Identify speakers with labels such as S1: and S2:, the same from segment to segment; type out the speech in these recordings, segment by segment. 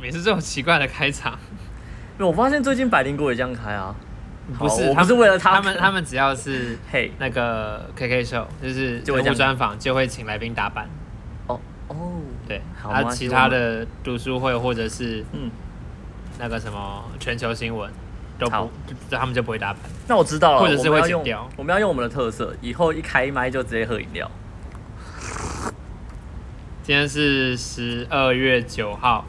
S1: 每次这种奇怪的开场，
S2: 我发现最近百灵果也这样开啊，
S1: 不
S2: 好
S1: 是，
S2: 我
S1: 他
S2: 不是为了
S1: 他
S2: 他
S1: 们他们只要是
S2: 嘿
S1: 那个 KK show，就是
S2: 就会
S1: 人
S2: 这
S1: 物
S2: 样
S1: 专访，就会请来宾打板，
S2: 哦哦，
S1: 对，
S2: 好
S1: 然
S2: 没
S1: 后
S2: 关系
S1: 其他的读书会或者是
S2: 嗯，
S1: 那个什么全球新闻都
S2: 好
S1: 不，就他们就不会打板。
S2: 那我知道了，
S1: 或者是
S2: 我们
S1: 会
S2: 要
S1: 剪
S2: 用
S1: 掉
S2: 我们要用我们的特色，以后一开麦就直接喝饮料。
S1: 今天是十二月九号，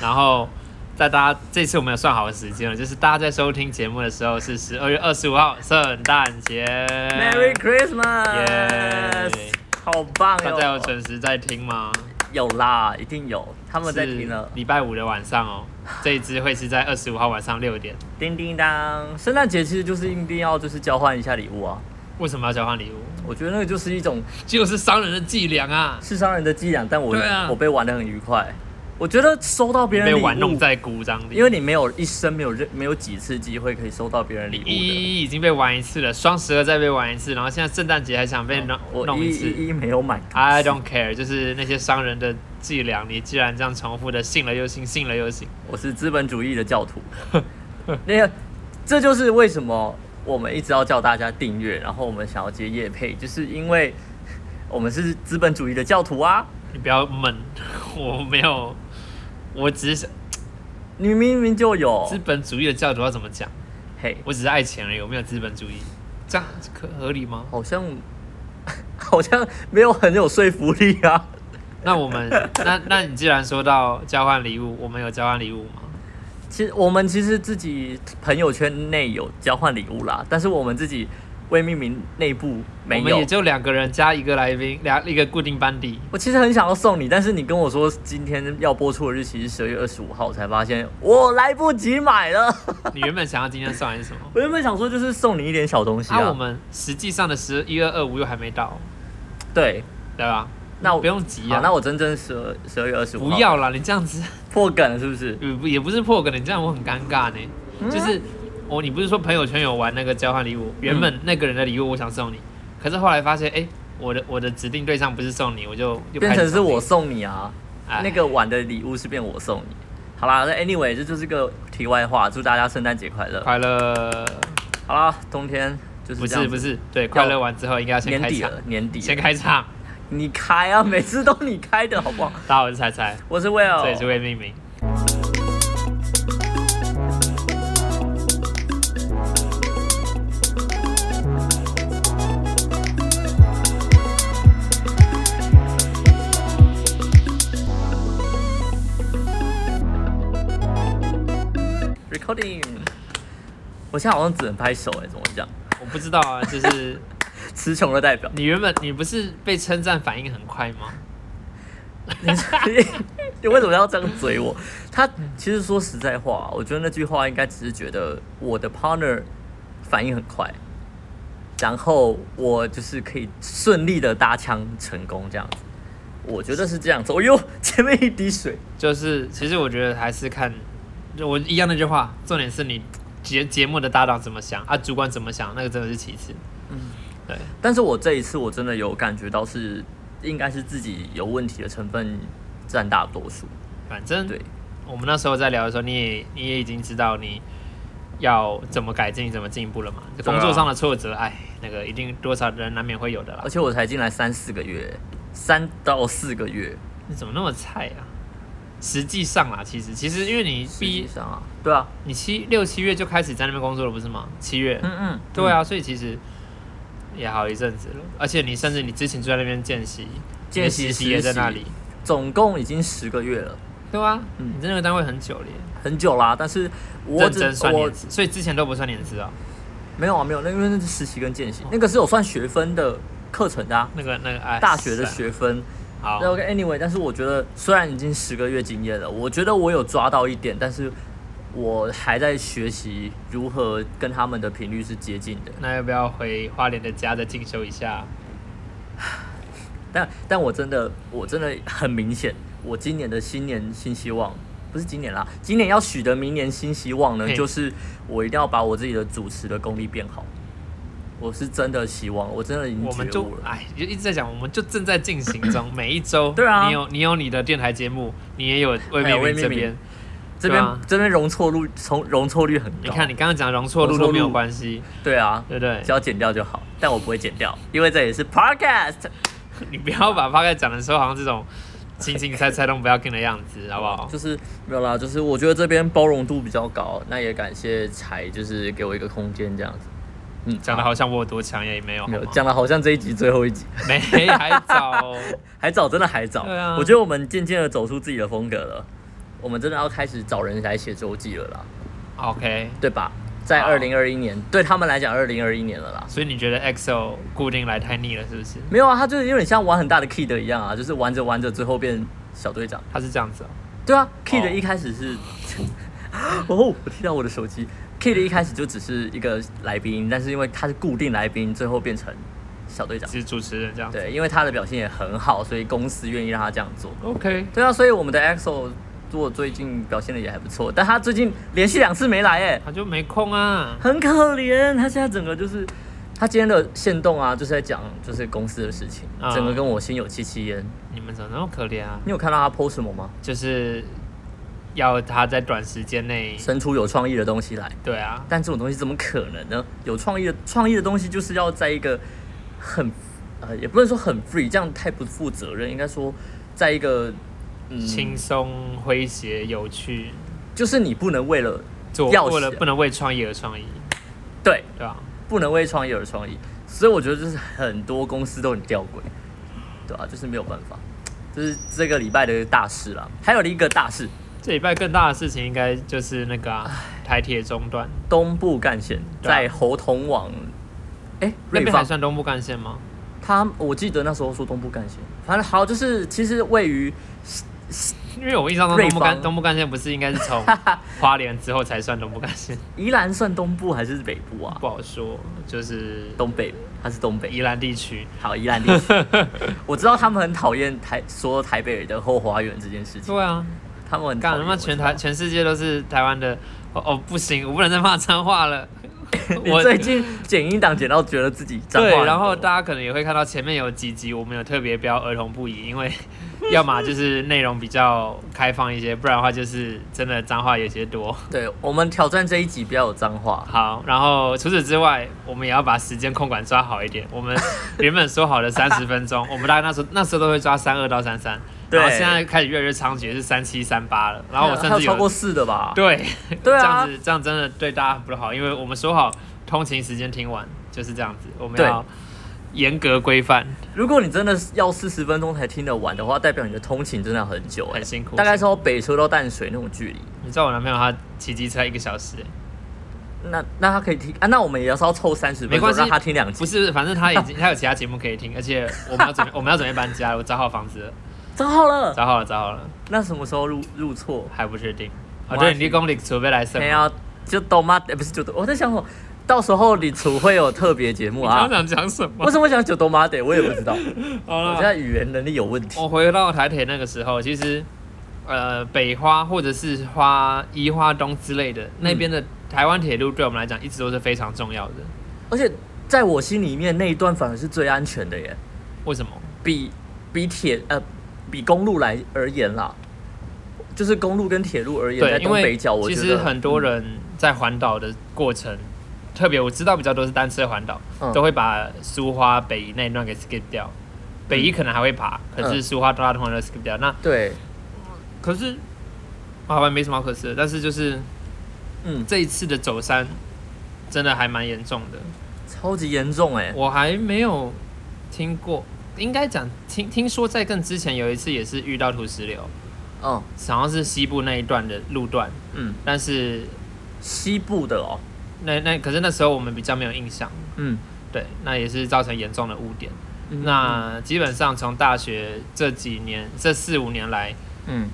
S1: 然后在大家这次我们有算好的时间了，就是大家在收听节目的时候是十二月二十五号圣诞节
S2: Merry Christmas，、哎
S1: 耶
S2: 好棒
S1: 大家有
S2: 哟！
S1: 准时在听吗？
S2: 有啦，一定有，他们在听了
S1: 是。礼拜五的晚上哦，这一支会是在二十五号晚上六点。
S2: 叮叮当，圣诞节其实就是一定要就是交换一下礼物啊，
S1: 为什么要交换礼物？
S2: 我觉得那个就是一种
S1: 就是商人的伎俩啊，
S2: 是商人的伎俩，但我、
S1: 对啊
S2: 我被玩得很愉快。我觉得收到别人
S1: 被
S2: 礼物，
S1: 玩弄在鼓掌里。
S2: 因为你没有一生没有任没有几次机会可以收到别人礼物的。
S1: 一一已经被玩一次了，双十二再被玩一次，然后现在圣诞节还想被弄
S2: 哦我
S1: 弄
S2: 一
S1: 一次。
S2: 一一没有买东西
S1: I don't care，就是那些商人的伎俩，你既然这样重复的信了又信，信了又信，
S2: 我是资本主义 的教徒。那个，这就是为什么我们一直要叫大家订阅，然后我们想要接业配，就是因为 我们是资本主义的教徒啊！
S1: 你不要闷，我没有，我只是想
S2: 哦你明明就有
S1: 资，本主义的教徒要怎么讲？
S2: 嘿，
S1: 我只是爱钱而已，我没有资本主义，这样可合理吗？
S2: 好像 好像没有很有说服力啊。
S1: 那我 们，那那你既然说到交换礼物，我们有交换礼物吗？
S2: 其实我们其实自己朋友圈内有交换礼物啦，但是我们自己未命名内部没
S1: 我们
S2: 有
S1: 也。就两个人加一个来宾，两一个固定班底。
S2: 我其实很想要送你，但是你跟我说今天要播出的日期是十二月二十五号，我才发现我来不及买了。
S1: 你原本想要今天送还是什么？
S2: 我原本想说 就是送你一点小东西啊，
S1: 啊，我们实际上的十一二二五又还没到，
S2: 对，
S1: 对吧？
S2: 那我
S1: 不用急
S2: 好，
S1: 啊，
S2: 那我真正十二十二月二十五
S1: 不要啦，你这样子
S2: 破梗了是不是？
S1: 也不也不是破梗，你这样我很尴尬呢。
S2: 嗯
S1: 就是我、你不是说朋友圈有玩那个交换礼物，原本那个人的礼物我想送你，可是后来发现，哎、我的我的指定对象不是送你，我就又开
S2: 变
S1: 始
S2: 成是
S1: 送你
S2: 我送你啊，
S1: 哎
S2: 那个碗的礼物是变我送你。好啦，那 anyway 这就是个题外话，祝大家圣诞节快乐。
S1: 快乐，
S2: 好啦，冬天就是
S1: 不
S2: 这样
S1: 是
S2: 子
S1: 不是，对，快乐完之后应该要先
S2: 年
S1: 开
S2: 底
S1: 场，
S2: 了，年底
S1: 先
S2: 了
S1: 开场，
S2: 你开啊， 每次都你开的好不好？
S1: 大家好，我是彩彩，
S2: 我是 Will，
S1: 这也是未命名。
S2: Recording。我现在好像只能拍手哎、怎么讲？
S1: 我不知道啊，就是
S2: 词穷的代表。
S1: 你原本你不是被称赞反应很快吗？
S2: 你为什么要这样嘴我？他其实说实在话，我觉得那句话应该只是觉得我的 partner 反应很快，然后我就是可以顺利的搭腔成功这样子。我觉得是这样子。哦呦，前面一滴水。
S1: 就是其实我觉得还是看，就我一样那句话，重点是你节节目的搭档怎么想啊，主管怎么想，那个真的是其次。嗯，
S2: 但是我这一次我真的有感觉到是，应该是自己有问题的成分占大多数。
S1: 对，反正
S2: 对，
S1: 我们那时候在聊的时候，你也你也已经知道你要怎么改进、怎么进步了嘛。就
S2: 对啊
S1: 工作上的挫折，哎、那个一定多少人难免会有的啦
S2: 而。且我才进来三四个月，三到四个月，
S1: 你怎么那么菜啊？实际上啦，其实其实因为你
S2: 实
S1: 毕
S2: 际上啊，对啊，
S1: 你七六七月就开始在那边工作了，不是吗？七月，
S2: 嗯嗯，
S1: 对啊，所以其实也好一阵子了，而且你甚至你之前就在那边见习，
S2: 见习
S1: 你的实习也在那
S2: 实
S1: 里，
S2: 嗯，总共已经十个月了，
S1: 对啊，
S2: 嗯
S1: 你在那个单位很久了耶，
S2: 很久啦。但是我
S1: 认
S2: 只
S1: 真算
S2: 我
S1: 年资，所以之前都不算年资啊，
S2: 没有啊，没有，那因为那是实习跟见习，那个是有算学分的课程的啊，
S1: 那个那个哎，
S2: 大学的
S1: 算了，
S2: 学分。
S1: 好，
S2: 那 OK anyway，但是我觉得虽然已经十个月经验了，我觉得我有抓到一点，但是我还在学习如何跟他们的频率是接近的。
S1: 那要不要回花莲的家再进修一下？
S2: 但但我真的我真的很明显，我今年的新年新希望不是今年啦，今年要许的明年新希望呢
S1: 嘿，
S2: 就是我一定要把我自己的主持的功力变好。我是真的希望，我真的已经
S1: 我们
S2: 觉
S1: 就
S2: 悟了。
S1: 哎，就一直在讲，我们就正在 进行中，每一周，
S2: 对啊
S1: 你有你有你的电台节目，你也有未
S2: 还
S1: 命
S2: 有
S1: 名
S2: 未
S1: 这
S2: 命
S1: 边
S2: 名，这边、
S1: 对啊
S2: 这边容错率从容错率很高。
S1: 你看你刚刚讲容错
S2: 容
S1: 率
S2: 错
S1: 都没有
S2: 率
S1: 关系，
S2: 对啊，
S1: 对不对
S2: 只？要剪掉就好，但我不会剪掉，因为这也是 podcast。
S1: 你不要把大概讲的时候好像这种轻轻猜猜都不要跟的样子，好不好？
S2: 就是没有啦，就是我觉得这边包容度比较高，那也感谢柴，就是给我一个空间这样子。嗯，
S1: 讲的好像我有多强也没有，
S2: 没有
S1: 好吗
S2: 讲的好像这一集最后一集，
S1: 没还 早，
S2: 还早，真的还早。
S1: 对啊
S2: 我觉得我们渐渐的走出自己的风格了，我们真的要开始找人来写周记了啦，
S1: OK。
S2: 对吧？在
S1: 好
S2: 二零二一年，对他们来讲，二零二一年了啦。
S1: 所以你觉得 EXO 固定来太腻了，是不是？
S2: 没有啊，他就是有点像玩很大的 key 的一样啊，就是玩着玩着最后变小队长。
S1: 他是这样子哦、
S2: 对啊，key 的一开始是， 哦，我听到我的手机。key 的一开始就只是一个来宾，但是因为他是固定来宾，最后变成小队长。
S1: 只是主持人这样子。
S2: 对，因为他的表现也很好，所以公司愿意让他这样做。
S1: OK，
S2: 对啊，所以我们的 EXO 如果最近表现的也还不错，但他最近连续两次没来，哎，
S1: 他就没空啊。
S2: 很可怜。他现在整个就是，他今天的线动啊，就是在讲就是公司的事情，
S1: 嗯
S2: 整个跟我心有戚戚焉。
S1: 你们怎么那么可怜啊？
S2: 你有看到他 PO 什么吗？
S1: 就是要他在短时间内，
S2: 生出有创意的东西来，
S1: 对啊，
S2: 但这种东西怎么可能呢？有创意的创意的东西就是要在一个很呃，也不能说很 free，这样太不负责任，应该说在一个嗯，
S1: 轻松、诙谐、有趣，
S2: 就是你不能为了
S1: 做
S2: 要
S1: 为了
S2: 写
S1: 不能为创意而创意，
S2: 对
S1: 对啊吧、
S2: 不能为创意而创意，所以我觉得就是很多公司都很吊诡，对啊，就是没有办法，就是这个礼拜的大事啦。还有一个大事，
S1: 这礼拜更大的事情应该就是那个、啊、台铁中断，
S2: 东部干线
S1: 对啊
S2: 在侯同网，哎、
S1: 那
S2: 瑞
S1: 边还
S2: 芳，
S1: 算东部干线吗？
S2: 他我记得那时候说东部干线，反正好就是其实位于
S1: 因为我印象中东部
S2: 瑞芳
S1: 干东部干线不是应该是 从花莲之后才算东部干线，
S2: 宜兰算东部还是北部啊？
S1: 不好说，就是
S2: 东北，它是东北。
S1: 宜兰地区。
S2: 好，宜兰 地区，我知道他们很讨厌台说台北的后花园这件事情，
S1: 对啊，
S2: 他们很讨
S1: 干
S2: 厌
S1: 他妈全台
S2: 我知
S1: 全世界都是台湾的，哦哦不行，我不能再骂脏话 了。
S2: 道你最近剪音档剪到觉得自己脏话很
S1: 对，
S2: 多
S1: 然后大家可能也会看到前面有几集我们有特别标儿童不宜，因 为要么就是内容比较开放一些，不然的话就是真的脏话有些多。
S2: 对我们挑战这一集不要有脏话，
S1: 好，然后除此之外，我们也要把时间控管抓好一点。我 们原本说好的三十分钟，我们大概那时候那时候都会抓三二到三三，
S2: 对
S1: 然后现在开始越来越猖獗，是三七三八了。然后我甚
S2: 还有
S1: 至
S2: 超
S1: 有
S2: 过四的吧？
S1: 对
S2: 对啊
S1: 这样子这样真的对大家不好，因为我们说好通勤时间听完就是这样子，我们
S2: 对
S1: 要严格规范。
S2: 如果你真的要四十分钟才听得完的话，代表你的通勤真的很久、哎
S1: 很辛苦
S2: 大概是从北车到淡水那种距离。
S1: 你知道我男朋友他骑机车一个小时、
S2: 那那他可以听啊，那我们也要是要凑三十分
S1: 没
S2: 钟
S1: 关系
S2: 让他听两集
S1: 不。是，反正他已 经他有其他节目可以听，而且我们要准备我们要准备搬家了，我找好房子了，
S2: 找好了，
S1: 找好了找好了，
S2: 那什么时候入入错？
S1: 还不 确定。
S2: 没
S1: 哦，
S2: 关
S1: 对，
S2: 系
S1: 你公里储备来什
S2: 天
S1: 么？
S2: 要就懂吗？哎，不是就懂，我在想我到时候李楚会有特别节目
S1: 你刚
S2: 啊
S1: 刚。想讲什么啊
S2: 为？什么想九多妈的？我也 不知道，我
S1: 好
S2: 现
S1: 了，
S2: 在语言能力有问题。
S1: 我回到台铁那个时候，其实呃北花或者是花宜花东之类的那边
S2: 嗯
S1: 的台湾铁路，对我们来讲一直都是非常重要的。
S2: 而且在我心里面那一段反而是最安全的耶，
S1: 为什么？
S2: 比比铁呃比公路来而言啦，就是公路跟铁路而言，在
S1: 对，因
S2: 东北
S1: 为
S2: 角，我
S1: 其
S2: 觉得嗯
S1: 实很多人在环岛的过程，特别我知道比较多是单车环岛，
S2: 嗯
S1: 都会把苏花北宜那一段给 skip 掉。北宜可能还会爬，
S2: 嗯
S1: 可是苏花大家通常都 skip 掉。那
S2: 对，
S1: 可是好吧，没什么好可惜的。但是就是
S2: 嗯，
S1: 这一次的走山，真的还蛮严重的。
S2: 超级严重哎，
S1: 我还没有听过，应该讲听听说在更之前有一次也是遇到土石流，
S2: 嗯
S1: 好像是西部那一段的路段，
S2: 嗯，
S1: 但是
S2: 西部的哦，
S1: 那那可是那时候我们比较没有印象，
S2: 嗯，
S1: 对，那也是造成严重的污点。
S2: 嗯
S1: 那基本上从大学这几年这四五年来，
S2: 嗯，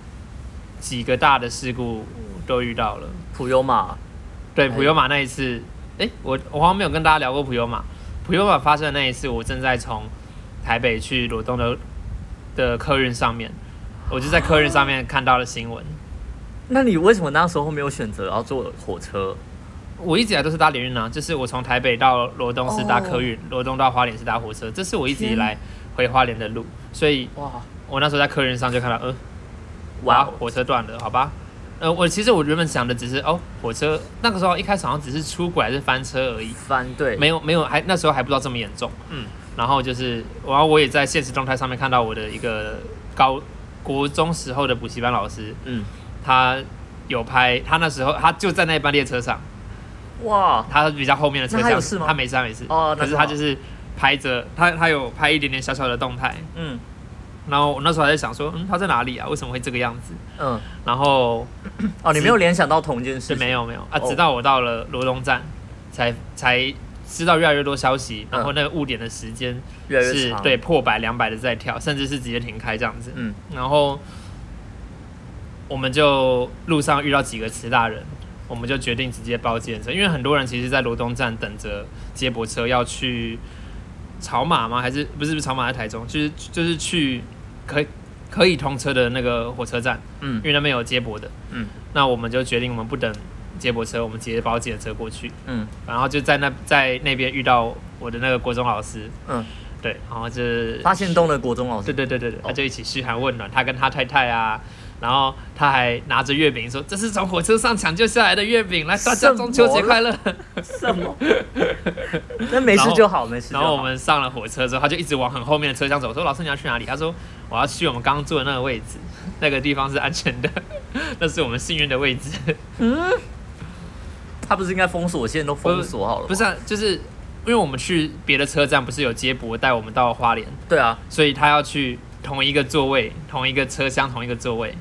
S1: 几个大的事故都遇到了。
S2: 普悠玛，
S1: 对，
S2: 哎
S1: 普悠玛那一次，诶，我我好像没有跟大家聊过普悠玛。普悠玛发生的那一次，我正在从台北去罗东的的客运上面，我就在客运上面看到了新闻。
S2: 那你为什么那时候没有选择要坐火车？
S1: 我一直以来都是搭联运啊，就是我从台北到罗东是搭
S2: 哦
S1: 客运，罗、东到花莲是搭火车，这是我一直以
S2: 天
S1: 来回花莲的路，所以
S2: 哇，
S1: 我那时候在客运上就看到，呃，
S2: 哇
S1: 哇，，火车断了，好吧，呃，我其实我原本想的只是哦，火车那个时候一开始好像只是出轨还是翻车而已，
S2: 翻对，
S1: 没有没有还那时候还不知道这么严重。
S2: 嗯，
S1: 然后就是，然后我也在现实动态上面看到我的一个高国中时候的补习班老师，
S2: 嗯，
S1: 他有拍，他那时候他就在那班列车上，
S2: 哇，
S1: 他比较后面的车
S2: 那他有
S1: 厢，
S2: 事吗
S1: 他没事，他没事。
S2: 哦那
S1: 可是
S2: 就
S1: 他
S2: 好
S1: 就是拍着他，他有拍一点点小小的动态，
S2: 嗯
S1: 然后我那时候还在想说，嗯，他在哪里啊？为什么会这个样子？
S2: 嗯，
S1: 然后
S2: 哦，你没有联想到同一件
S1: 是
S2: 事情，
S1: 没有没有啊，
S2: 哦
S1: 直到我到了罗东站，才才知道越来越多消息，然后那个误点的时间
S2: 嗯越来越
S1: 是
S2: 长，
S1: 对，破百两百的在跳，甚至是直接停开这样子。
S2: 嗯，
S1: 然后我们就路上遇到几个慈大人，我们就决定直接包计程车，因为很多人其实，在罗东站等着接驳车要去草马吗？还是不是不是草马在台中，就是就是去可以可以通车的那个火车站，
S2: 嗯
S1: 因为那边有接驳的，
S2: 嗯，
S1: 那我们就决定我们不等接驳车，我们直接包计程车过去，
S2: 嗯
S1: 然后就在那在那边遇到我的那个国中老师，
S2: 嗯，
S1: 对，然后就是
S2: 发现东的国中老
S1: 对
S2: 师，
S1: 对对对对，他就一起嘘寒问暖，他跟他太太啊，然后他还拿着月饼说：“这是从火车上抢救下来的月饼，来大
S2: 什
S1: 家
S2: 么
S1: 中秋节快乐。
S2: 什么？ 那没事就好，没”事就
S1: 然
S2: 好。
S1: 后我们上了火车之后，他就一直往很后面的车厢走。我说：“老师你要去哪里？”他说：“我要去我们刚刚坐的那个位置，那个地方是安全的， 那是我们幸运的位置。
S2: 他不是应该封锁线都封锁好了吗？
S1: 不是、啊，就是因为我们去别的车站，不是有接驳带我们到花莲，
S2: 对啊，
S1: 所以他要去同一个座位、同一个车厢、同一个座位。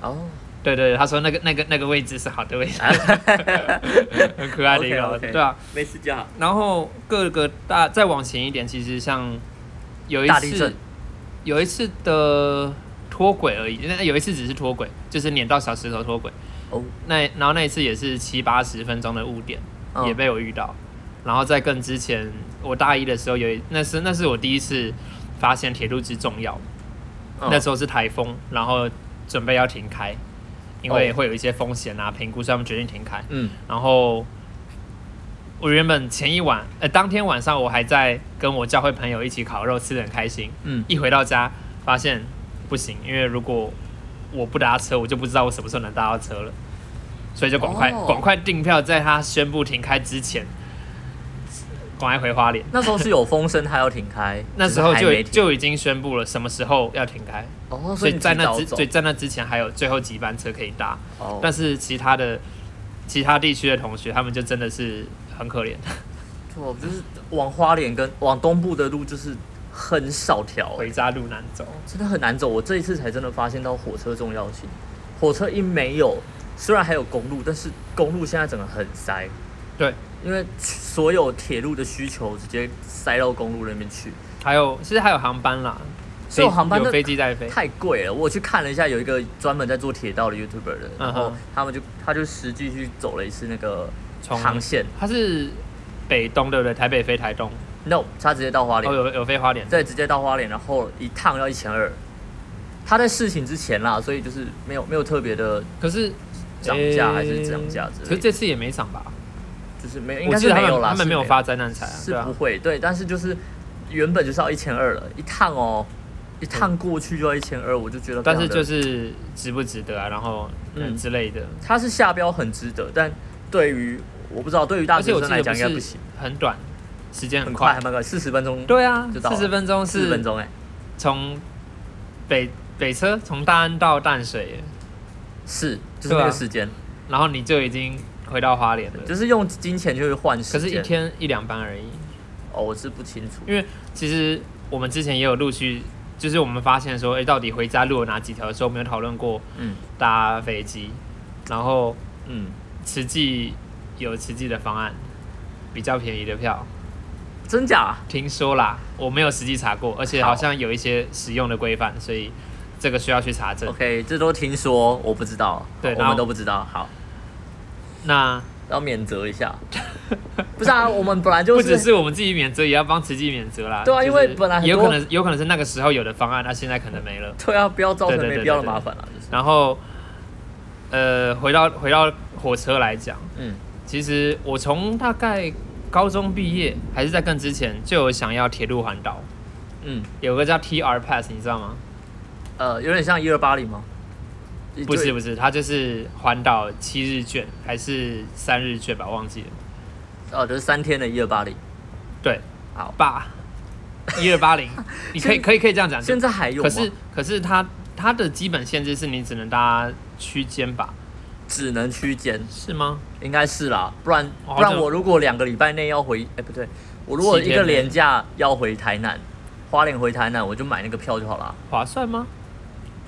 S2: 哦，
S1: 对对，对他说那个那个那个位置是好的 位置。”很可爱的一个老师
S2: OK，OK
S1: 对啊。
S2: 没事就好。
S1: 然后各个大再往前一点，其实像有一
S2: 大地震
S1: 次有一次的脱轨而已，那有一次只是脱轨，就是碾到小石头脱轨。
S2: 哦，
S1: 那然后那一次也是七八十分钟的误点，
S2: 嗯
S1: 也被我遇到。然后在更之前，我大一的时候有一那是那是我第一次发现铁路之重要。
S2: 嗯
S1: 那时候是台风，然后准备要停开，因
S2: 哦
S1: 为会有一些风险啊，评估，所以他们决定停开。
S2: 嗯
S1: 然后我原本前一晚，呃，当天晚上我还在跟我教会朋友一起烤肉，吃的很开心。
S2: 嗯
S1: 一回到家，发现不行，因为如果我不搭车，我就不知道我什么时候能搭到车了，所以就赶快
S2: 哦
S1: 赶、快订票，在他宣布停开之前，赶快回花莲。
S2: 那时候是有风声，他要停开，
S1: 那时候
S2: 只是还
S1: 就
S2: 没
S1: 已
S2: 停
S1: 就已经宣布了什么时候要停开，
S2: 哦，
S1: 所
S2: 所
S1: 以
S2: 以
S1: 在那之
S2: 之
S1: 对在那之前还有最后几班车可以搭。
S2: 哦，
S1: 但是其他的其他地区的同学，他们就真的是很可怜，
S2: 错就是往花莲跟往东部的路就是很少条，
S1: 回家路难走。
S2: 真的很难走。我这一次才真的发现到火车重要性，火车一没有，虽然还有公路，但是公路现在整个很塞，
S1: 对，
S2: 因为所有铁路的需求直接塞到公路那边去，
S1: 还有其实还有航班啦，
S2: 所以航班
S1: 有
S2: 那
S1: 飞机在飞，
S2: 太贵了。我去看了一下，有一个专门在做铁道的 YouTuber 的，然
S1: 嗯
S2: 后
S1: 哼
S2: 他们就他就实际去走了一次那个
S1: 从
S2: 航线
S1: 它是北东对不对？台北飞台东，
S2: ，no，他直接到花莲
S1: 哦。有有飞花莲，
S2: 对，直接到花莲，然后一趟要一千二。他在事情之前啦，所以就是没有没有特别的
S1: 可是
S2: 涨价还是涨价之类的
S1: 可是这次也没涨吧？
S2: 就是没有，应
S1: 我
S2: 该
S1: 记
S2: 是
S1: 得他
S2: 没有
S1: 们
S2: 啦，
S1: 他们
S2: 是
S1: 没有
S2: 有
S1: 发灾难财啊，
S2: 是
S1: 对啊
S2: 不，会对，但是就是原本就是要一千二了，一趟哦，一趟过去就要一千二，我就觉得
S1: 嗯
S2: 非常
S1: 但
S2: 的，
S1: 是就是值不值得啊，然后嗯
S2: 嗯
S1: 之类的，
S2: 它是下标很值得，但对于我不知道，对于大
S1: 而且
S2: 学
S1: 我
S2: 生
S1: 记
S2: 来
S1: 得
S2: 讲应该不
S1: 是
S2: 行，
S1: 很短，时间
S2: 很
S1: 很
S2: 快
S1: 快
S2: 还，蛮快，四十分钟，
S1: 对啊
S2: 就，到了
S1: 四十分钟
S2: 四十
S1: 是
S2: 分钟哎、
S1: 从北北车从大安到淡水，
S2: 是就是
S1: 对
S2: 那
S1: 啊
S2: 个时间，
S1: 然后你就已经回到花莲了。
S2: 就是用金钱去换
S1: 可
S2: 时
S1: 是，一
S2: 间。
S1: 天一两班而已。
S2: 哦，我是不清楚，
S1: 因为其实我们之前也有陆续，就是我们发现说，哎、到底回家路有哪几条的时候，我们有讨论过
S2: 嗯
S1: 搭飞机，然后
S2: 嗯。
S1: 慈济有慈济的方案，比较便宜的票，
S2: 真假？
S1: 听说啦，我没有实际查过，而且好像有一些使用的规范，所以这个需要去查证。
S2: OK，这都听说，我不知道，哦
S1: 对
S2: 我
S1: 然
S2: 们
S1: 后
S2: 都不知道。好，
S1: 那
S2: 要免责 一下。不是啊，我们本来就
S1: 不
S2: 是
S1: 只是我们自己免责，也要帮慈济免责啦。
S2: 对啊因
S1: 就是
S2: 为本来很多
S1: 有可能有可能是那个时候有的方案，那现在可能没了。
S2: 对啊，不要造成
S1: 对对
S2: 没
S1: 对
S2: 必要的麻烦了。啊就是
S1: 然后，呃，回到回到火车来讲，
S2: 嗯
S1: 其实我从大概高中毕业还是在更之前就有想要铁路环岛，
S2: 嗯，
S1: 有个叫 TR Pass，你知道吗？
S2: 呃，有点像一二八零吗？
S1: 不是
S2: 对
S1: 不是，它就是环岛七日券还是三日券吧，忘记了。
S2: 哦，就是三天的一二八零。
S1: 对，
S2: 好
S1: 吧，一二 八零，你可以
S2: 现
S1: 可以可以这样讲。
S2: 现在还有吗？
S1: 可是可是它它的基本限制是你只能搭区间吧？
S2: 只能区间，
S1: 是吗？
S2: 应该是啦，不然
S1: 哦
S2: 不然
S1: 这
S2: 我如果两个礼拜内要回，哎、不对，我如果
S1: 七
S2: 一
S1: 天
S2: 个
S1: 内
S2: 连假要回台南，花莲回台南，我就买那个票就好啦。
S1: 划算吗？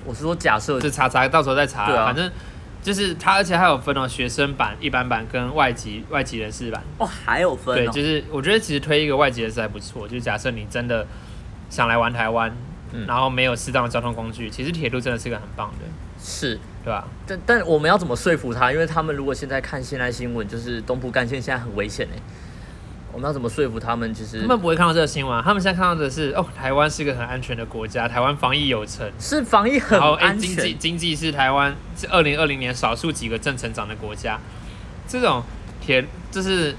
S2: 我是说假设
S1: 这查查，到时候再查。
S2: 对啊
S1: 反正就是它，而且还有分哦，学生版、一般版跟外籍外籍人士版。
S2: 哦还有分
S1: 对，
S2: 哦，
S1: 就是我觉得其实推一个外籍人士还不错。就假设你真的想来玩台湾，
S2: 嗯
S1: 然后没有适当的交通工具，其实铁路真的是个很棒的，
S2: 是，
S1: 对吧？
S2: 但但我们要怎么说服他？因为他们如果现在看现在新闻，就是东部干线现在很危险哎、我们要怎么说服他们？其实
S1: 他们不会看到这个新闻，啊他们现在看到的是哦，台湾是个很安全的国家，台湾防疫有成，
S2: 是防疫很
S1: 然后哎、
S2: 安
S1: 经
S2: 全
S1: 济，经济是台湾是二零二零年少数几个正成长的国家，这种铁就是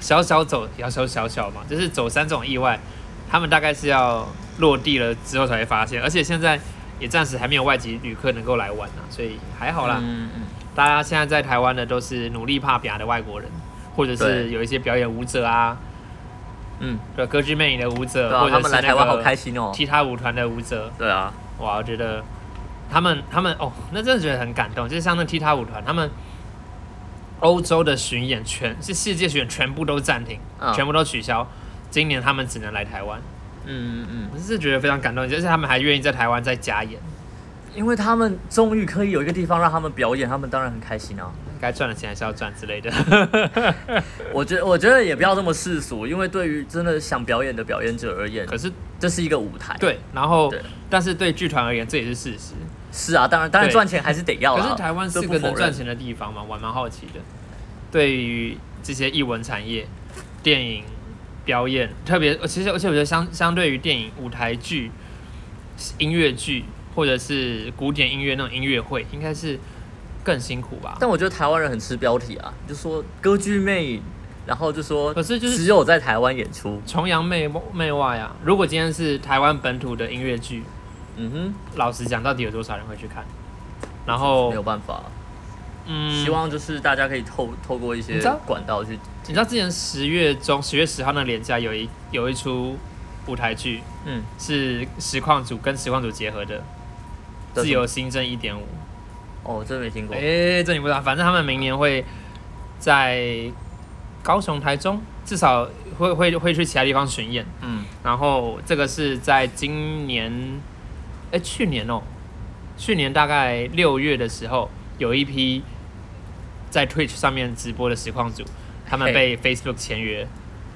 S1: 小小走小小小小嘛，就是走山这种意外，他们大概是要落地了之后才会发现，而且现在也暂时还没有外籍旅客能够来玩啊，所以还好啦。
S2: 嗯嗯，
S1: 大家现在在台湾的都是努力怕嗲的外国人，或者是
S2: 对
S1: 有一些表演舞者啊，
S2: 嗯，
S1: 对，歌剧魅影的舞者，
S2: 对啊，
S1: 呃或者
S2: 他
S1: 是、那
S2: 们来台湾好
S1: 个
S2: 开心哦、
S1: 踢踏舞团的舞者，
S2: 对啊，
S1: 哇，我觉得他们他们哦，那真的觉得很感动，就是像那踢踏舞团，他们欧洲的巡演全是世界巡演全部都暂停，
S2: 嗯
S1: 全部都取消，今年他们只能来台湾，
S2: 嗯嗯嗯。
S1: 我是觉得非常感动，就是他们还愿意在台湾再加演，
S2: 因为他们终于可以有一个地方让他们表演，他们当然很开心啊。
S1: 该赚的钱还是要赚之类的，
S2: 我觉我觉得也不要这么世俗，因为对于真的想表演的表演者而言，
S1: 可是
S2: 这是一个舞台。，
S1: 对，然后
S2: 对
S1: 但是对剧团而言这也是事实，
S2: 是啊，当然当然
S1: 对
S2: 赚钱还是得要啦
S1: 可是台湾是
S2: 这
S1: 个
S2: 不否
S1: 能
S2: 认
S1: 赚钱的地方嘛，我还蛮好奇的。对于这些艺文产业、电影表演，特别呃其实而且我觉得相相对于电影、舞台剧、音乐剧或者是古典音乐那种音乐会，应该是更辛苦吧？
S2: 但我觉得台湾人很吃标题啊，就说歌剧魅影，然后就说
S1: 可是就是
S2: 只有在台湾演出。
S1: 崇洋媚媚外啊！如果今天是台湾本土的音乐剧，
S2: 嗯哼，
S1: 老实讲，到底有多少人会去看？然
S2: 没有
S1: 后，
S2: 办法，
S1: 哦嗯，
S2: 希望就是大家可以透透过一些
S1: 你知道
S2: 管道去，
S1: 你知道之前十月中十月十号那连假有一有一出舞台剧
S2: 嗯，
S1: 是实况组跟实况组结合的，
S2: 这
S1: 自
S2: 是什么
S1: 由新政一点五。
S2: 哦，真没听过
S1: 哎、，这你不知道，反正他们明年会在高雄、台中，至少会会会去其他地方巡演。
S2: 嗯，
S1: 然后这个是在今年，哎、去年哦、去年大概六月的时候，有一批在 Twitch 上面直播的实况组，他们被 Facebook 签约，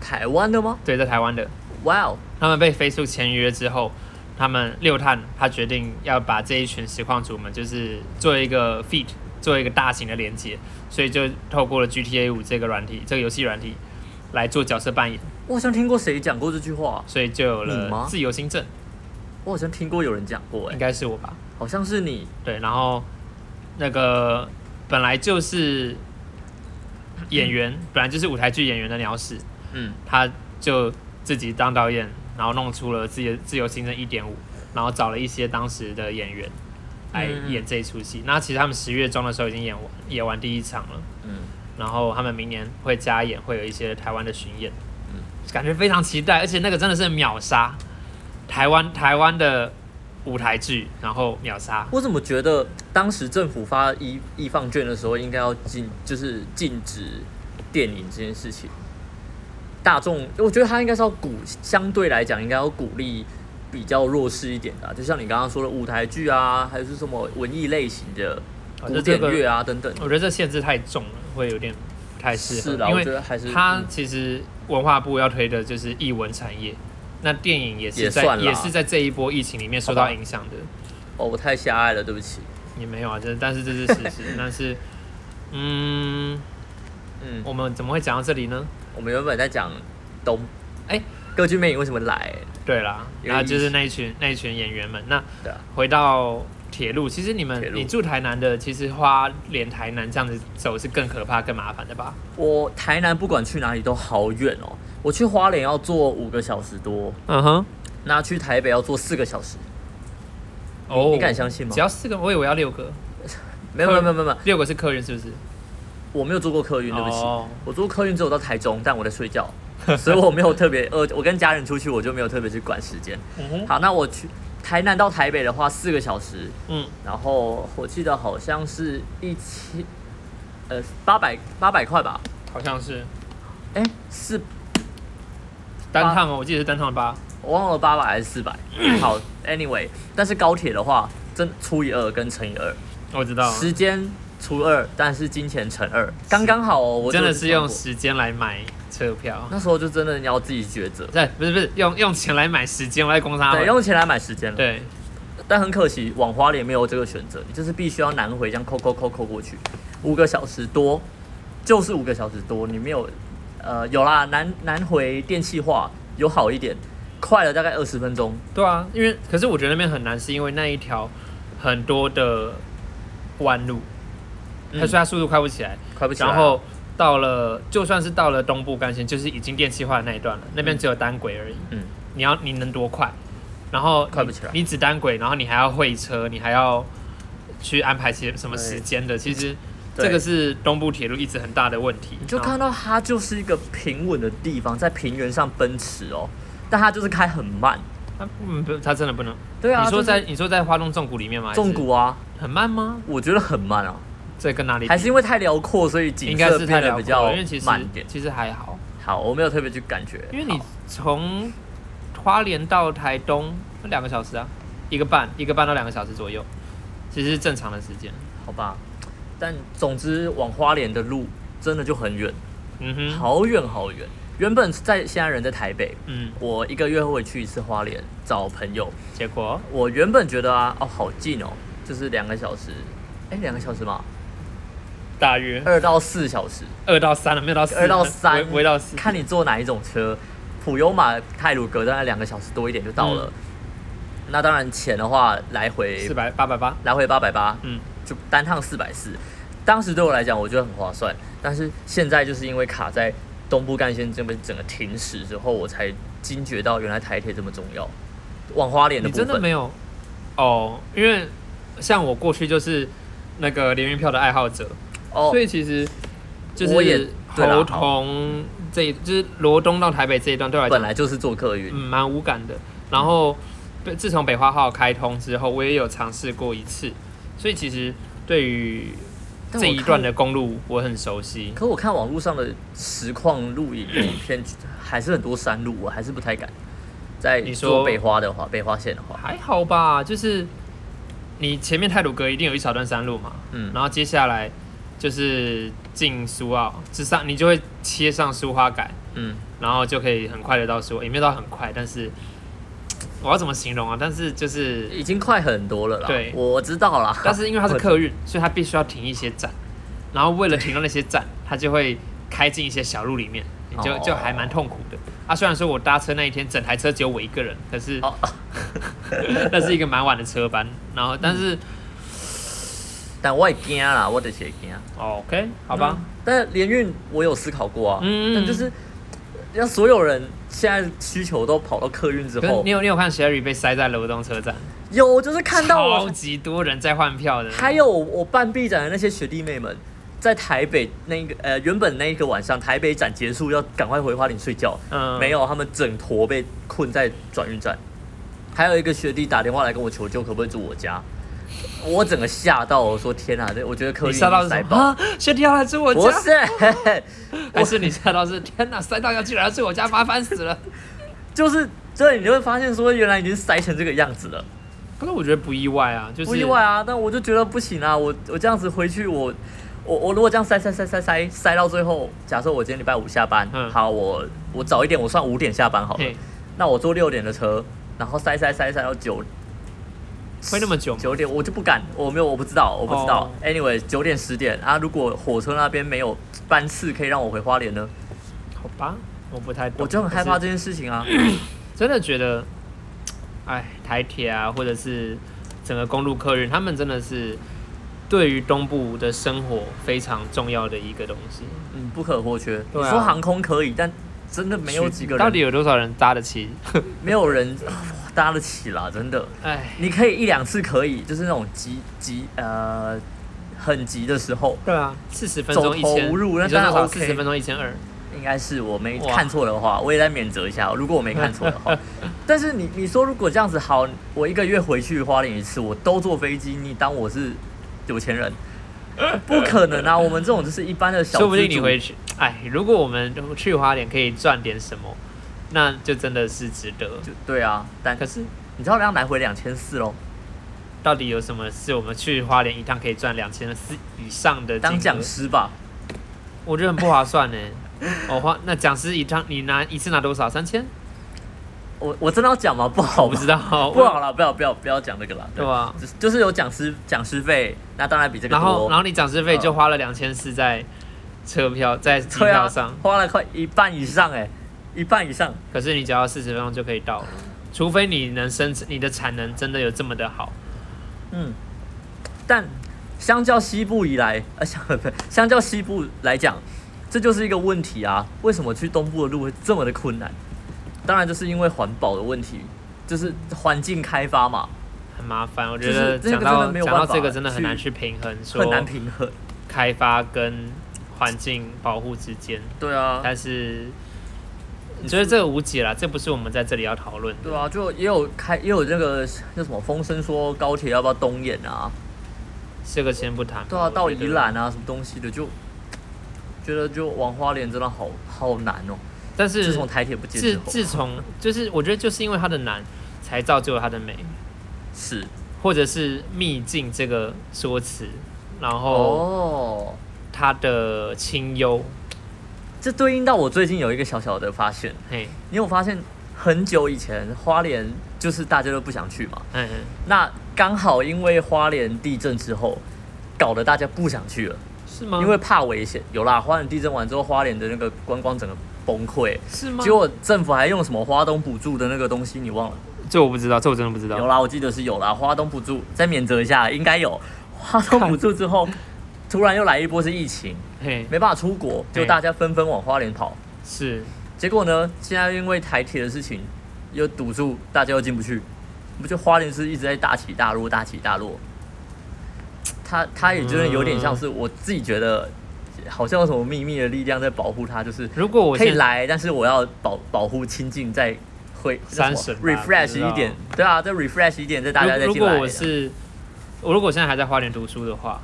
S2: 台湾的吗？
S1: 对，在台湾的。
S2: 哇哦，
S1: 他们被 Facebook 签约之后，他们六探他决定要把这一群实况主们就是做一个 feed，做一个大型的连接，所以就透过了 GTA 五这个软体，这个游戏软体来做角色扮演，
S2: 我好像听过谁讲过这句话、
S1: 所以就有
S2: 你吗
S1: 了自由新政，
S2: 我好像听过有人讲过、
S1: 应
S2: 哎，
S1: 该是我吧？
S2: 好像是你，
S1: 对，然后那个本来就是演员，本来就是舞台剧演员的鸟屎，
S2: 嗯，
S1: 他就自己当导演，然后弄出了自己的《自由新政一点五》，然后找了一些当时的演员来
S2: 嗯嗯
S1: 演这一出戏。那其实他们十月中的时候已经演完演完第一场了，
S2: 嗯，
S1: 然后他们明年会加演，会有一些台湾的巡演，嗯，感觉非常期待，而且那个真的是秒杀台湾台湾的舞台剧，然后秒杀。
S2: 我怎么觉得当时政府发易易放券的时候，应该要禁，就是禁止电影这件事情。大众，我觉得他应该是要鼓，相对来讲应该要鼓励比较弱势一点的啊、就像你刚刚说的舞台剧啊，还有是什么文艺类型的
S1: 哦
S2: 古
S1: 就这
S2: 典
S1: 个
S2: 乐啊等等。
S1: 我觉得这限制太重了，会有点不太适合，
S2: 是啦，
S1: 因
S2: 我
S1: 为
S2: 觉得还是
S1: 它
S2: 嗯
S1: 其实文化部要推的就是艺文产业，那电影也
S2: 也
S1: 是在
S2: 算啦
S1: 是在这一波疫情里面受到影响的，
S2: 哦，我太狭隘了，对不起。
S1: 也没有啊，这但是这是事 实。但是，嗯，
S2: 嗯，
S1: 我们怎么会讲到这里呢？
S2: 我们原本在讲东，
S1: 哎
S2: 歌剧魅影为什么来？
S1: 对啦，
S2: 有
S1: 然后就
S2: 意
S1: 是
S2: 思
S1: 那一群那一群演员们。那
S2: 对啊
S1: 回到铁路，其实你
S2: 铁
S1: 们
S2: 路
S1: 你住台南的，其实花莲台南这样子走是更可怕、更麻烦的吧？
S2: 我台南不管去哪里都好远哦，我去花莲要坐五个小时多，
S1: 嗯哼，
S2: 那去台北要坐四个小时，
S1: 哦，
S2: 你敢相信吗
S1: 只要四个，我以为要六个。
S2: 没
S1: 嗯
S2: 有没有没有没有没有，
S1: 六个是客运是不是？
S2: 我没有坐过客运，对不起
S1: 哦
S2: 我坐客运只有到台中，但我在 睡觉，所以我没有特别呃，我跟家人出去我就没有特别去管时间。
S1: 嗯哼，
S2: 好，那我去台南到台北的话，四个小时，
S1: 嗯，
S2: 然后我记得好像是一千，呃，八百八百块吧，
S1: 好像是
S2: 哎，是
S1: 单趟哦，我记得是单趟吧。
S2: 我忘了八百还是 四百。好，anyway，但是高铁的话，真除以二跟乘以二，
S1: 我知道，
S2: 时间除二，但是金钱乘二，刚刚好哦。我
S1: 真的
S2: 只
S1: 是
S2: 有
S1: 用
S2: 这么过
S1: 时间来买车票，
S2: 那时候就真的你要自己抉择，
S1: 对，不是不是用用钱来买时间，我在工商
S2: 对，用钱来买时间了。
S1: 啊对，
S2: 但很可惜，往花莲没有这个选择，你就是必须要南回这样扣扣扣扣过去，五个小时多，就是五个小时多，你没有，呃，有啦，南南回电气化有好一点，快了大概二十分钟，
S1: 对啊，因为可是我觉得那边很难，是因为那一条很多的弯路，它所
S2: 嗯
S1: 以它速度快不起来。
S2: 快不起来。
S1: 然后到了，就算是到了东部干线，就是已经电气化的那一段了，那边
S2: 嗯
S1: 只有单轨而已。
S2: 嗯，
S1: 你要你能多快？然后你
S2: 快不起来
S1: 你只单轨，然后你还要会车，你还要去安排些什么时间的。其实
S2: 对
S1: 这个是东部铁路一直很大的问题。
S2: 你就
S1: 然后
S2: 看到它就是一个平稳的地方，在平原上奔驰哦，但它就是开很慢。
S1: 它嗯不，它真的不能。
S2: 对啊，
S1: 你说
S2: 就是
S1: 在你说在花东纵谷里面吗？还是
S2: 纵谷啊，
S1: 很慢吗？
S2: 我觉得很慢啊，
S1: 这跟哪里比？
S2: 还是因为太辽阔，所以景
S1: 应该
S2: 色
S1: 是太
S2: 变得
S1: 辽
S2: 比
S1: 阔
S2: 较
S1: 了，因为其实
S2: 慢一点。
S1: 其实还好，
S2: 好，我没有特别去感觉，
S1: 因为你
S2: 好
S1: 从花莲到台东那两个小时啊，一个半一个半到两个小时左右，其实是正常的时间。
S2: 好吧，但总之往花莲的路真的就很远，
S1: 嗯哼，，
S2: 好远好远。原本在现在人在台北，
S1: 嗯，
S2: 我一个月会去一次花莲找朋友。
S1: 结果
S2: 我原本觉得啊，哦，好近哦，就是两个小时，哎，两个小时嘛，
S1: 大约
S2: 二到四小时，
S1: 二到三了，没有到四，
S2: 二到三
S1: 围围到四，
S2: 看你坐哪一种车。普悠玛、泰鲁格大概两个小时多一点就到了。那当然钱的话，来回
S1: 嗯四百八百八，
S2: 来回八百八，
S1: 嗯，
S2: 就单趟四百四。当时对我来讲，我觉得很划算，但是现在就是因为卡在东部干线这边整个停驶之后，我才惊觉到原来台铁这么重要。往花莲的
S1: 你
S2: 部
S1: 真的
S2: 分，
S1: 没有哦，因为像我过去就是那个联运票的爱好者，
S2: 哦
S1: 所，以其实就
S2: 我也
S1: 是
S2: 对啦
S1: 侯同这一就是罗东到台北这一段对我来
S2: 本
S1: 讲
S2: 来就是做客运，
S1: 嗯，蛮无感的。然后被自从北花号开通之后，我也有尝试过一次，所以其实对于
S2: 但
S1: 这
S2: 我
S1: 一
S2: 看
S1: 段的公路我很熟悉。
S2: 可我看网络上的实况录影影片，还是很多山路，我还是不太敢。在
S1: 你说
S2: 做北花的话，北花线的话，
S1: 还好吧，就是你前面泰鲁格一定有一小段山路嘛，
S2: 嗯
S1: 然后接下来就是进苏澳，之上你就会切上苏花改，
S2: 嗯，
S1: 然后就可以很快的到苏，也没有到很快，但是我要怎么形容啊？但是就是
S2: 已经快很多了啦。
S1: 对
S2: 我知道啦。
S1: 但是因为它是客运，所以它必须要停一些站，然后为了停到那些站，它就会开进一些小路里面，你就
S2: 哦
S1: 就还蛮痛苦的。啊，虽然说我搭车那一天整台车只有我一个人，可是
S2: 哦
S1: 那是一个蛮晚的车班，然后但
S2: 嗯
S1: 是、
S2: 但我也惊啦，我的是会惊。
S1: 哦 OK 好吧，
S2: 嗯但联运我有思考过啊，
S1: 嗯
S2: 但就是让所有人现在需求都跑到客运之
S1: 可是
S2: 后
S1: 你，有你有看 Sherry 被塞在罗东车站，
S2: 有我就是看到
S1: 超
S2: 我，
S1: 级多人在换票的，
S2: 还有我办 B 展的那些学弟妹们。在台北那个呃，原本那一个晚上，台北展结束要赶快回花莲睡觉，
S1: 嗯
S2: 没有，他们整坨被困在转运站。还有一个学弟打电话来跟我求救，可不可以住我家？我整个吓到，我说天啊，这我觉得客
S1: 你
S2: 运
S1: 吓到
S2: 已经
S1: 是什
S2: 塞
S1: 么？
S2: 爆，
S1: 啊学弟要来住我
S2: 不
S1: 家，
S2: 是，
S1: 还是你吓到是天哪，塞到要进来要住我家，麻烦死了。
S2: 就是这，你就会发现说，原来已经塞成这个样子了，
S1: 可是我觉得不意外啊，就是
S2: 不意外啊。但我就觉得不行啊，我我这样子回去，我我我如果这样塞塞塞塞塞塞到最后，假设我今天礼拜五下班，
S1: 嗯
S2: 好，我我早一点，我算五点下班好了，
S1: 嘿
S2: 那我坐六点的车，然后塞塞塞塞到九
S1: 会那么久吗？
S2: 九点，我就不敢，我没有，我不知道，我不知道
S1: 哦。
S2: anyway，九点十点啊，如果火车那边没有班次可以让我回花莲呢，
S1: 好吧，我不太懂，
S2: 我就很害怕
S1: 可是
S2: 这件事情啊。
S1: 真的觉得，哎，台铁啊，或者是整个公路客运，他们真的是对于东部的生活非常重要的一个东西。
S2: 嗯，不可或缺。你
S1: 对啊
S2: 说航空可以，但真的没有几个人
S1: 到底有多少人搭得起？
S2: 没有人搭得起啦，真的。
S1: 哎，
S2: 你可以一两次可以，就是那种极极呃很急的时候，
S1: 对啊，四十分
S2: 走
S1: 钟一
S2: 投
S1: 千，
S2: 无路那
S1: 你说
S2: 当然
S1: 多少？
S2: OK
S1: 四十分钟一千二，
S2: 应该是我没
S1: 哇
S2: 看错的话，我也在免责一下，如果我没看错的话。 但是你你说如果这样子好，我一个月回去花莲一次，我都坐飞机，你当我是有钱人？不可能啊！我们这种就是一般的小，
S1: 说不定你回，去，哎，如果我们去花莲可以赚点什么，那就真的是值得。
S2: 就 对啊。但
S1: 可是
S2: 你知道这样来回两千四喽，
S1: 到底有什么是我们去花莲一趟可以赚两千四以上的？
S2: 当讲，师吧，
S1: 我觉得很不划算呢。欸我哦花那讲师一趟，你拿一次拿多少？三千？
S2: 我我真的要讲吗？不好
S1: 我哦不知道，
S2: 不好了，不要不要不要讲这个了，
S1: 对吧？
S2: 就是就是有讲师讲师费，那当然比这个
S1: 然
S2: 多。
S1: 后然后你讲师费就花了两千四在车票在机
S2: 对啊
S1: 票上，，
S2: 花了快一半以上哎、一半以上。
S1: 可是你只要四十分钟就可以到了，除非你能生你的产能真的有这么的好。
S2: 嗯，但相较西部以来，呃，相 不相较西部来讲，这就是一个问题啊。为什么去东部的路会这么的困难？当然就是因为环保的问题，就是环境开发嘛，
S1: 很麻烦，我
S2: 就
S1: 觉
S2: 是
S1: 得
S2: 这
S1: 讲
S2: 个
S1: 到
S2: 真的没有
S1: 讲到
S2: 办法
S1: 这个真的很难
S2: 去
S1: 去平衡，
S2: 很难
S1: 说
S2: 平衡。
S1: 开发跟环境保护之间，
S2: 对啊，
S1: 但是我觉得这个无解啦，这不是我们在这里要讨论的。
S2: 对啊，就也有开也有这个那什么风声说高铁要不要东延啊？
S1: 这个先不谈。
S2: 对啊，
S1: 我觉得
S2: 到宜，兰啊什么东西的就。觉得就往花莲真的好好难哦、
S1: 但是
S2: 自从台铁不见之
S1: 自
S2: 后，
S1: 自从就是我觉得就是因为它的难，才造就了它的美，
S2: 是
S1: 或者是秘境这个说辞，然后
S2: 哦，
S1: 它的清幽，
S2: 这对应到我最近有一个小小的发现，
S1: 嘿，
S2: 你有发现很久以前花莲就是大家都不想去嘛？
S1: 嗯，
S2: 那刚好因为花莲地震之后，搞得大家不想去了，
S1: 是吗？
S2: 因为怕危险。有啦，花莲地震完之后，花莲的那个观光整个崩溃，
S1: 是吗？
S2: 结果政府还用什么花东补助的那个东西，你忘了？
S1: 这我不知道，这我真的不知
S2: 有
S1: 道。
S2: 啦，我记得是有啦，花东补助再免责一下，应该有。花东补助之后，突然又来一波是疫情，
S1: 嘿，
S2: 没办法出国，就
S1: 嘿
S2: 大家纷纷往花莲跑。
S1: 是。
S2: 结果呢，现在因为台铁的事情又堵住，大家又进不去，不就花莲是一直在大起大落，大起大落。他他也真的有点像是我自己觉得，好像有什么秘密的力量在保护他，就是
S1: 如果我
S2: 可以
S1: 现
S2: 来，但是我要保保护清净，再会
S1: 三
S2: 什
S1: 省
S2: 么
S1: 吧不知
S2: refresh
S1: 道
S2: 一点，对啊，再 refresh 一点，再大家再
S1: 如如
S2: 进
S1: 果
S2: 来
S1: 我。是，我如果现在还在花莲读书的话，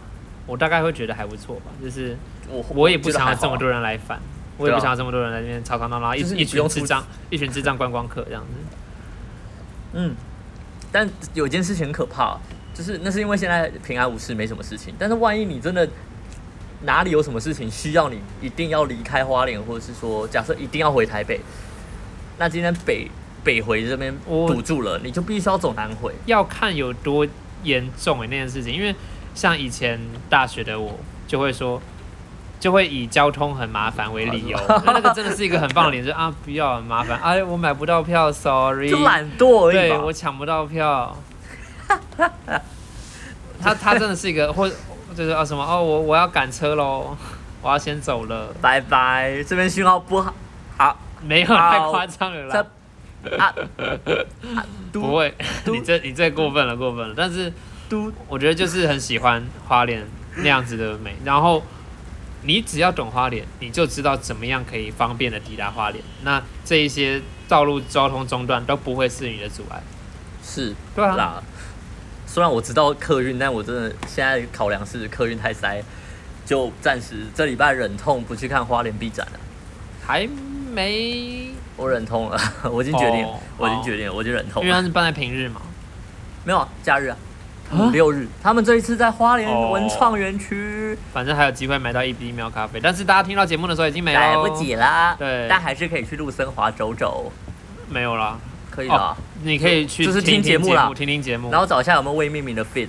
S1: 我大概会觉得还不错吧。就是
S2: 我
S1: 我也不想要
S2: 觉得还好啊
S1: 这么多人来烦，我也
S2: 对啊
S1: 不想要这么多人来这边吵吵闹闹，一
S2: 就是你
S1: 一
S2: 不用
S1: 群
S2: 出
S1: 智障，一群智障观光客这样子。
S2: 嗯，但有件事情很可怕，就是那是因为现在平安无事，没什么事情。但是万一你真的哪里有什么事情需要你一定要离开花莲，或者是说假设一定要回台北，那今天北北回这边
S1: 我
S2: 堵住了，你就必须要走南回。
S1: 要看有多严重欸诶、那件事情，因为像以前大学的我就会说。就会以交通很麻烦为 理由，那那个真的是一个很棒的理由，就是啊不要很麻烦，哎我买不到票，sorry，
S2: 就懒惰而已
S1: 对
S2: 嘛。
S1: 我抢不到票。他他真的是一个，或就是啊什么哦，我我要赶车喽，我要先走了。
S2: 拜拜，这边讯号不好啊
S1: 没有
S2: 好
S1: 太夸张了啦，
S2: 啊！嘟
S1: 不会，
S2: 嘟
S1: 你这你这过分了，过分了。但是
S2: 嘟，
S1: 我觉得就是很喜欢花莲那样子的 美，然后你只要懂花莲，你就知道怎么样可以方便的抵达花莲。那这一些道路交通中断都不会是你的阻碍。
S2: 是
S1: 对啊
S2: 啦。虽然我知道客运，但我真的现在考量是客运太塞，就暂时这礼拜忍痛不去看花莲 B 展了。
S1: 还没，
S2: 我忍痛了， 我已经决定了
S1: 哦
S2: 我已经决定了，我就忍痛
S1: 因为它
S2: 了。
S1: 是办在平日嘛。
S2: 没有啊假日啊，五六日，他们这一次在花莲
S1: 哦
S2: 文创园区，
S1: 反正还有机会买到一滴喵咖啡，但是大家听到节目的时候已经没
S2: 来
S1: 了，哦
S2: 不及啦。
S1: 哎对
S2: 但还是可以去陆森华走走，
S1: 没有啦。
S2: 可以的啊。
S1: 你可以去
S2: 就是听
S1: 听
S2: 节目啦
S1: 听听节目。
S2: 然后找一下有没有未命名的 fit，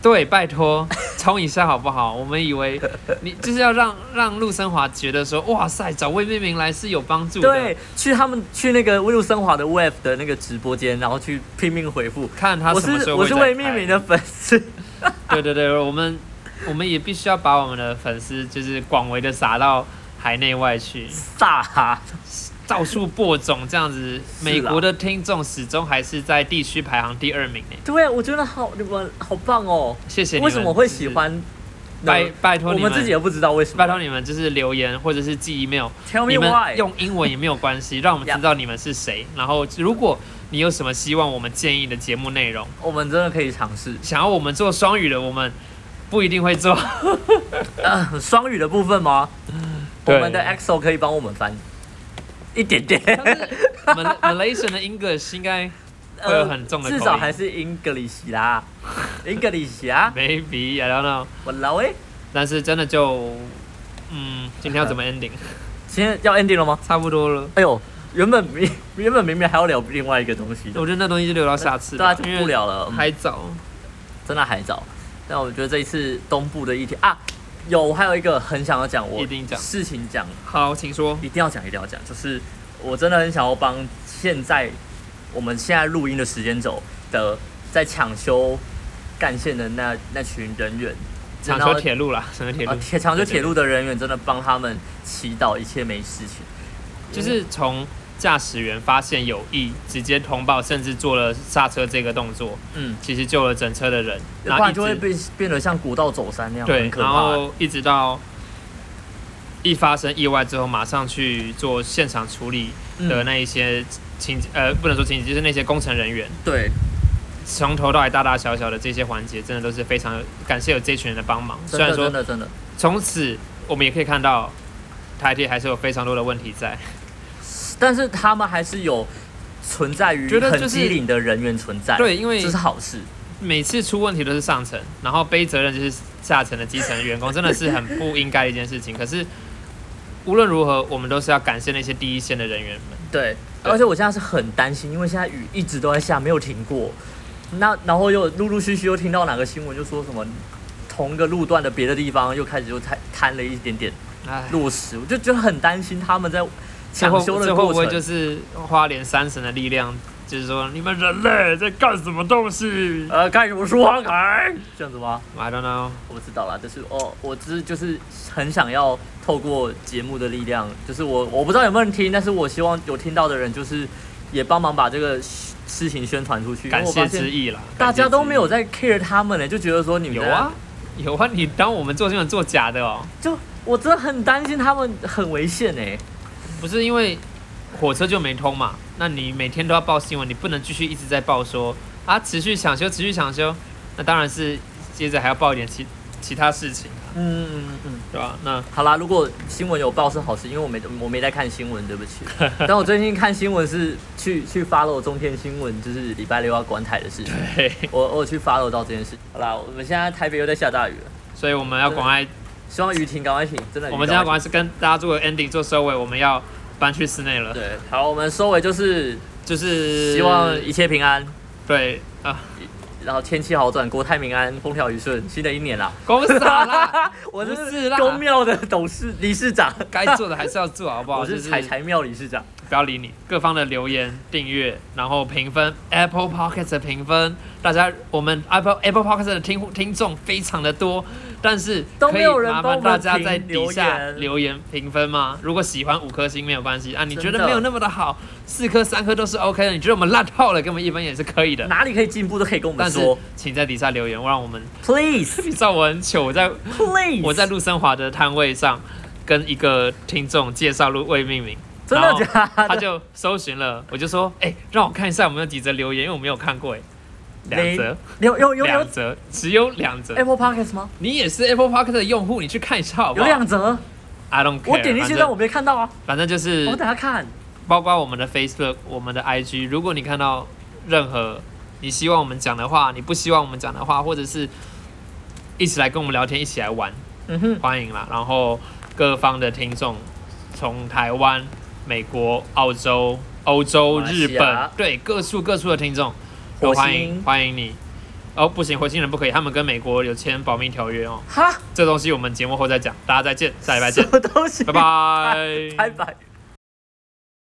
S1: 对，拜托冲一下好不好？我 们以为你就是要让让陆生华觉得说，哇塞，找魏明明来是有帮助的。
S2: 对，，去他们去那个陆森华的 web 的那个直播间，然后去拼命回复。
S1: 看他
S2: 我
S1: 什么时
S2: 是
S1: 候
S2: 我是
S1: 会再
S2: 未命
S1: 开
S2: 名的粉丝，
S1: 对对对，我们我们也必须要把我们的粉丝就是广为的撒到海内外去，
S2: 撒哈，
S1: 到处播种这样子。美国的听众始终还是在地区排行第二名呢。
S2: 啊对，我觉得好，你们好棒哦！
S1: 谢谢你们。
S2: 为什么会
S1: 就是
S2: 喜欢
S1: 拜拜托
S2: 我
S1: 你
S2: 们自己也不知道为什么。
S1: 拜托你们就是留言或者是寄 email，
S2: ，Tell
S1: 你
S2: me
S1: 们
S2: why。
S1: 用英文也没有关系，让我们
S2: Yeah
S1: 知道你们是谁。然后如果你有什么希望我们建议的节目内容，
S2: 我们真的可以尝试。
S1: 想要我们做双语的，我们不一定会做。
S2: 呃，双语的部分吗？ 我
S1: 对
S2: 们的 EXO 可以帮我们翻一点 点，
S1: 但是 Mal- Malaysian 的 English 应该会有很重的口
S2: 呃至
S1: 音
S2: 少还是 English 啦，English 啊，欸
S1: maybe I don't know，
S2: 我老诶，
S1: 但是真的就嗯，今天要怎 么 ending？
S2: 今天要 ending 了吗？
S1: 差不多了，
S2: 哎呦，原本明原本明明还要聊另外一个东西的，
S1: 我觉得那东西就留到下次
S2: 大
S1: 吧，
S2: 家就
S1: 因
S2: 不
S1: 为
S2: 聊了，嗯
S1: 还早。
S2: 真的还早。但我觉得这一次东部的议题啊，有我还有一个很想要讲，我
S1: 一定讲
S2: 事情讲
S1: 好，请说。
S2: 一定要讲，一定要讲，就是我真的很想要帮现在我们现在录音的时间轴的在抢修干线的那那群人员，
S1: 抢修铁路啦，抢修铁
S2: 啊
S1: 路，
S2: 铁抢修铁路的人员，真的帮他们祈祷一切没事情。
S1: 就是从驾驶员发现有异，直接通报，甚至做了刹车这个动作，
S2: 嗯，
S1: 其实救了整车的人，
S2: 不
S1: 然后一
S2: 然
S1: 直
S2: 就会变变得像古道走山那样，
S1: 对
S2: 很，可
S1: 然
S2: 怕。
S1: 后一直到一发生意外之后，马上去做现场处理的
S2: 嗯，
S1: 那一些情节、呃，不能说情节，就是那些工程人员，
S2: 对，
S1: 从头到尾大大小小的这些环节，真的都是非常有感谢有这群人的帮忙。虽
S2: 真的
S1: 然说
S2: 真的真的
S1: 从此我们也可以看到台铁还是有非常多的问题在，
S2: 但是他们还是有存在于
S1: 觉得就是
S2: 很机灵的人员存在，，
S1: 对，因为
S2: 这是好事。
S1: 每次出问题都是上层，然后背责任就是下层的基层员工，真的是很不应该的一件事情。可是无论如何，我们都是要感谢那些第一线的人员们。
S2: 对，
S1: 对
S2: 而且我现在是很担心，因为现在雨一直都在下，没有停过。那然后又陆陆续续又听到哪个新闻就说什么，同一个路段的别的地方又开始又摊摊了一点点
S1: 哎，
S2: 落石，我就觉得很担心他们在
S1: 最
S2: 抢
S1: 后
S2: 修的
S1: 最后
S2: 过
S1: 不会
S2: 程。
S1: 就是花莲三神的力量，就是说你们人类在干什么东西
S2: 呃，干什么说话凯这样子吗？
S1: ？I don't know。
S2: 我不知道啦，就是哦，我只是就是很想要透过节目的力量，就是我我不知道有没有人听，但是我希望有听到的人就是也帮忙把这个事事情宣传出去。因为
S1: 感
S2: 我
S1: 谢
S2: 发现
S1: 之意啦，
S2: 大家都没有
S1: 感
S2: 在 care 他们呢、欸就觉得说你
S1: 谢
S2: 们
S1: 之意
S2: 在
S1: 有啊，有啊，你当我们做新闻做假的哦，
S2: 就我真的很担心他们很危险哎、
S1: 不是因为火车就没通嘛？那你每天都要报新闻，你不能继续一直在报说啊，持续抢修，持续抢修，那当然是接着还要报一点其其他事情啊，
S2: 嗯嗯嗯嗯，
S1: 对吧？那
S2: 好啦，如果新闻有报是好事，因为我没我没在看新闻，对 不起。但我最近看新闻是去去 follow 中天新闻，就是礼拜六要关台的事情，
S1: 嘿，
S2: 我我有去 follow 到这件事。好啦，我们现在台北又在下大雨了，
S1: 所以我们要赶快，
S2: 希望雨停赶快停，真的雨
S1: 我们现在
S2: 赶
S1: 赶
S2: 快
S1: 快是跟大家做个 ending 做收尾，我们要搬去室内了，
S2: 停。对，好，我们收尾就是
S1: 就是
S2: 希望一切平安，
S1: 对啊，
S2: 然后天气好转，国泰民安，风调雨顺，新的一年啦。
S1: 公司好啦，
S2: 我
S1: 不
S2: 是
S1: 是啦
S2: 公庙的董事理事长，
S1: 该做的还是要做，好不好？
S2: 我
S1: 就是是
S2: 财财庙理事长。
S1: 不要理你，各方的留言、订阅，然后评分，Apple Podcast 的评分，大家我们 Apple Apple Podcast 的听户听众非常的多，但是
S2: 都
S1: 可
S2: 没
S1: 以
S2: 有人
S1: 麻
S2: 帮
S1: 烦
S2: 我们
S1: 大家在
S2: 评
S1: 底下
S2: 留言
S1: 留言评分吗？如果喜欢五颗星没有关系啊，你觉
S2: 真
S1: 得
S2: 的
S1: 没有那么的好， 四颗三颗都是 OK 的，你觉得我们烂透了，给我们一分也是可以的。
S2: 哪里可以进步都可以跟我
S1: 啊
S2: 们
S1: 但是
S2: 说
S1: 请在底下留言，让我们
S2: ，please
S1: 你知道我很糗，我 在
S2: please。
S1: 我在陆森华的摊位上跟一个听众介绍路未命名。
S2: 真
S1: 然后
S2: 的假
S1: 他
S2: 的？
S1: 就搜寻了，我就说，哎、让我看一下有没有几则留言，因为我没有看过，哎，两则，
S2: 有有有哎
S1: 两
S2: 有
S1: 则，只有两则。
S2: Apple Podcast 吗？
S1: 你也是 Apple Park 的用户，你去看一下好不
S2: 有
S1: 好
S2: 两折，
S1: ？I don't care，
S2: 我点进去，
S1: 反
S2: 但
S1: 正
S2: 我没看到啊。
S1: 反正就
S2: 我
S1: 是
S2: 等下看。
S1: 包括我们的 Facebook、我们的 IG，如果你看到任何你希望我们讲的话，你不希望我们讲的话，或者是一起来跟我们聊天，一起来玩，
S2: 嗯哼，
S1: 欢迎啦。然后各方的听众，从台湾、美国、澳洲、欧洲、
S2: 马来西
S1: 日
S2: 亚
S1: 本，对各处各处的听众，都
S2: 火星
S1: 欢迎欢迎你。哦，不行，火星人不可以，他们跟美国有签保密条约哦。
S2: 哈，
S1: 这东西我们节目后再讲，大家再见，下礼拜见
S2: 什，么东西？
S1: 拜拜，
S2: 拜拜。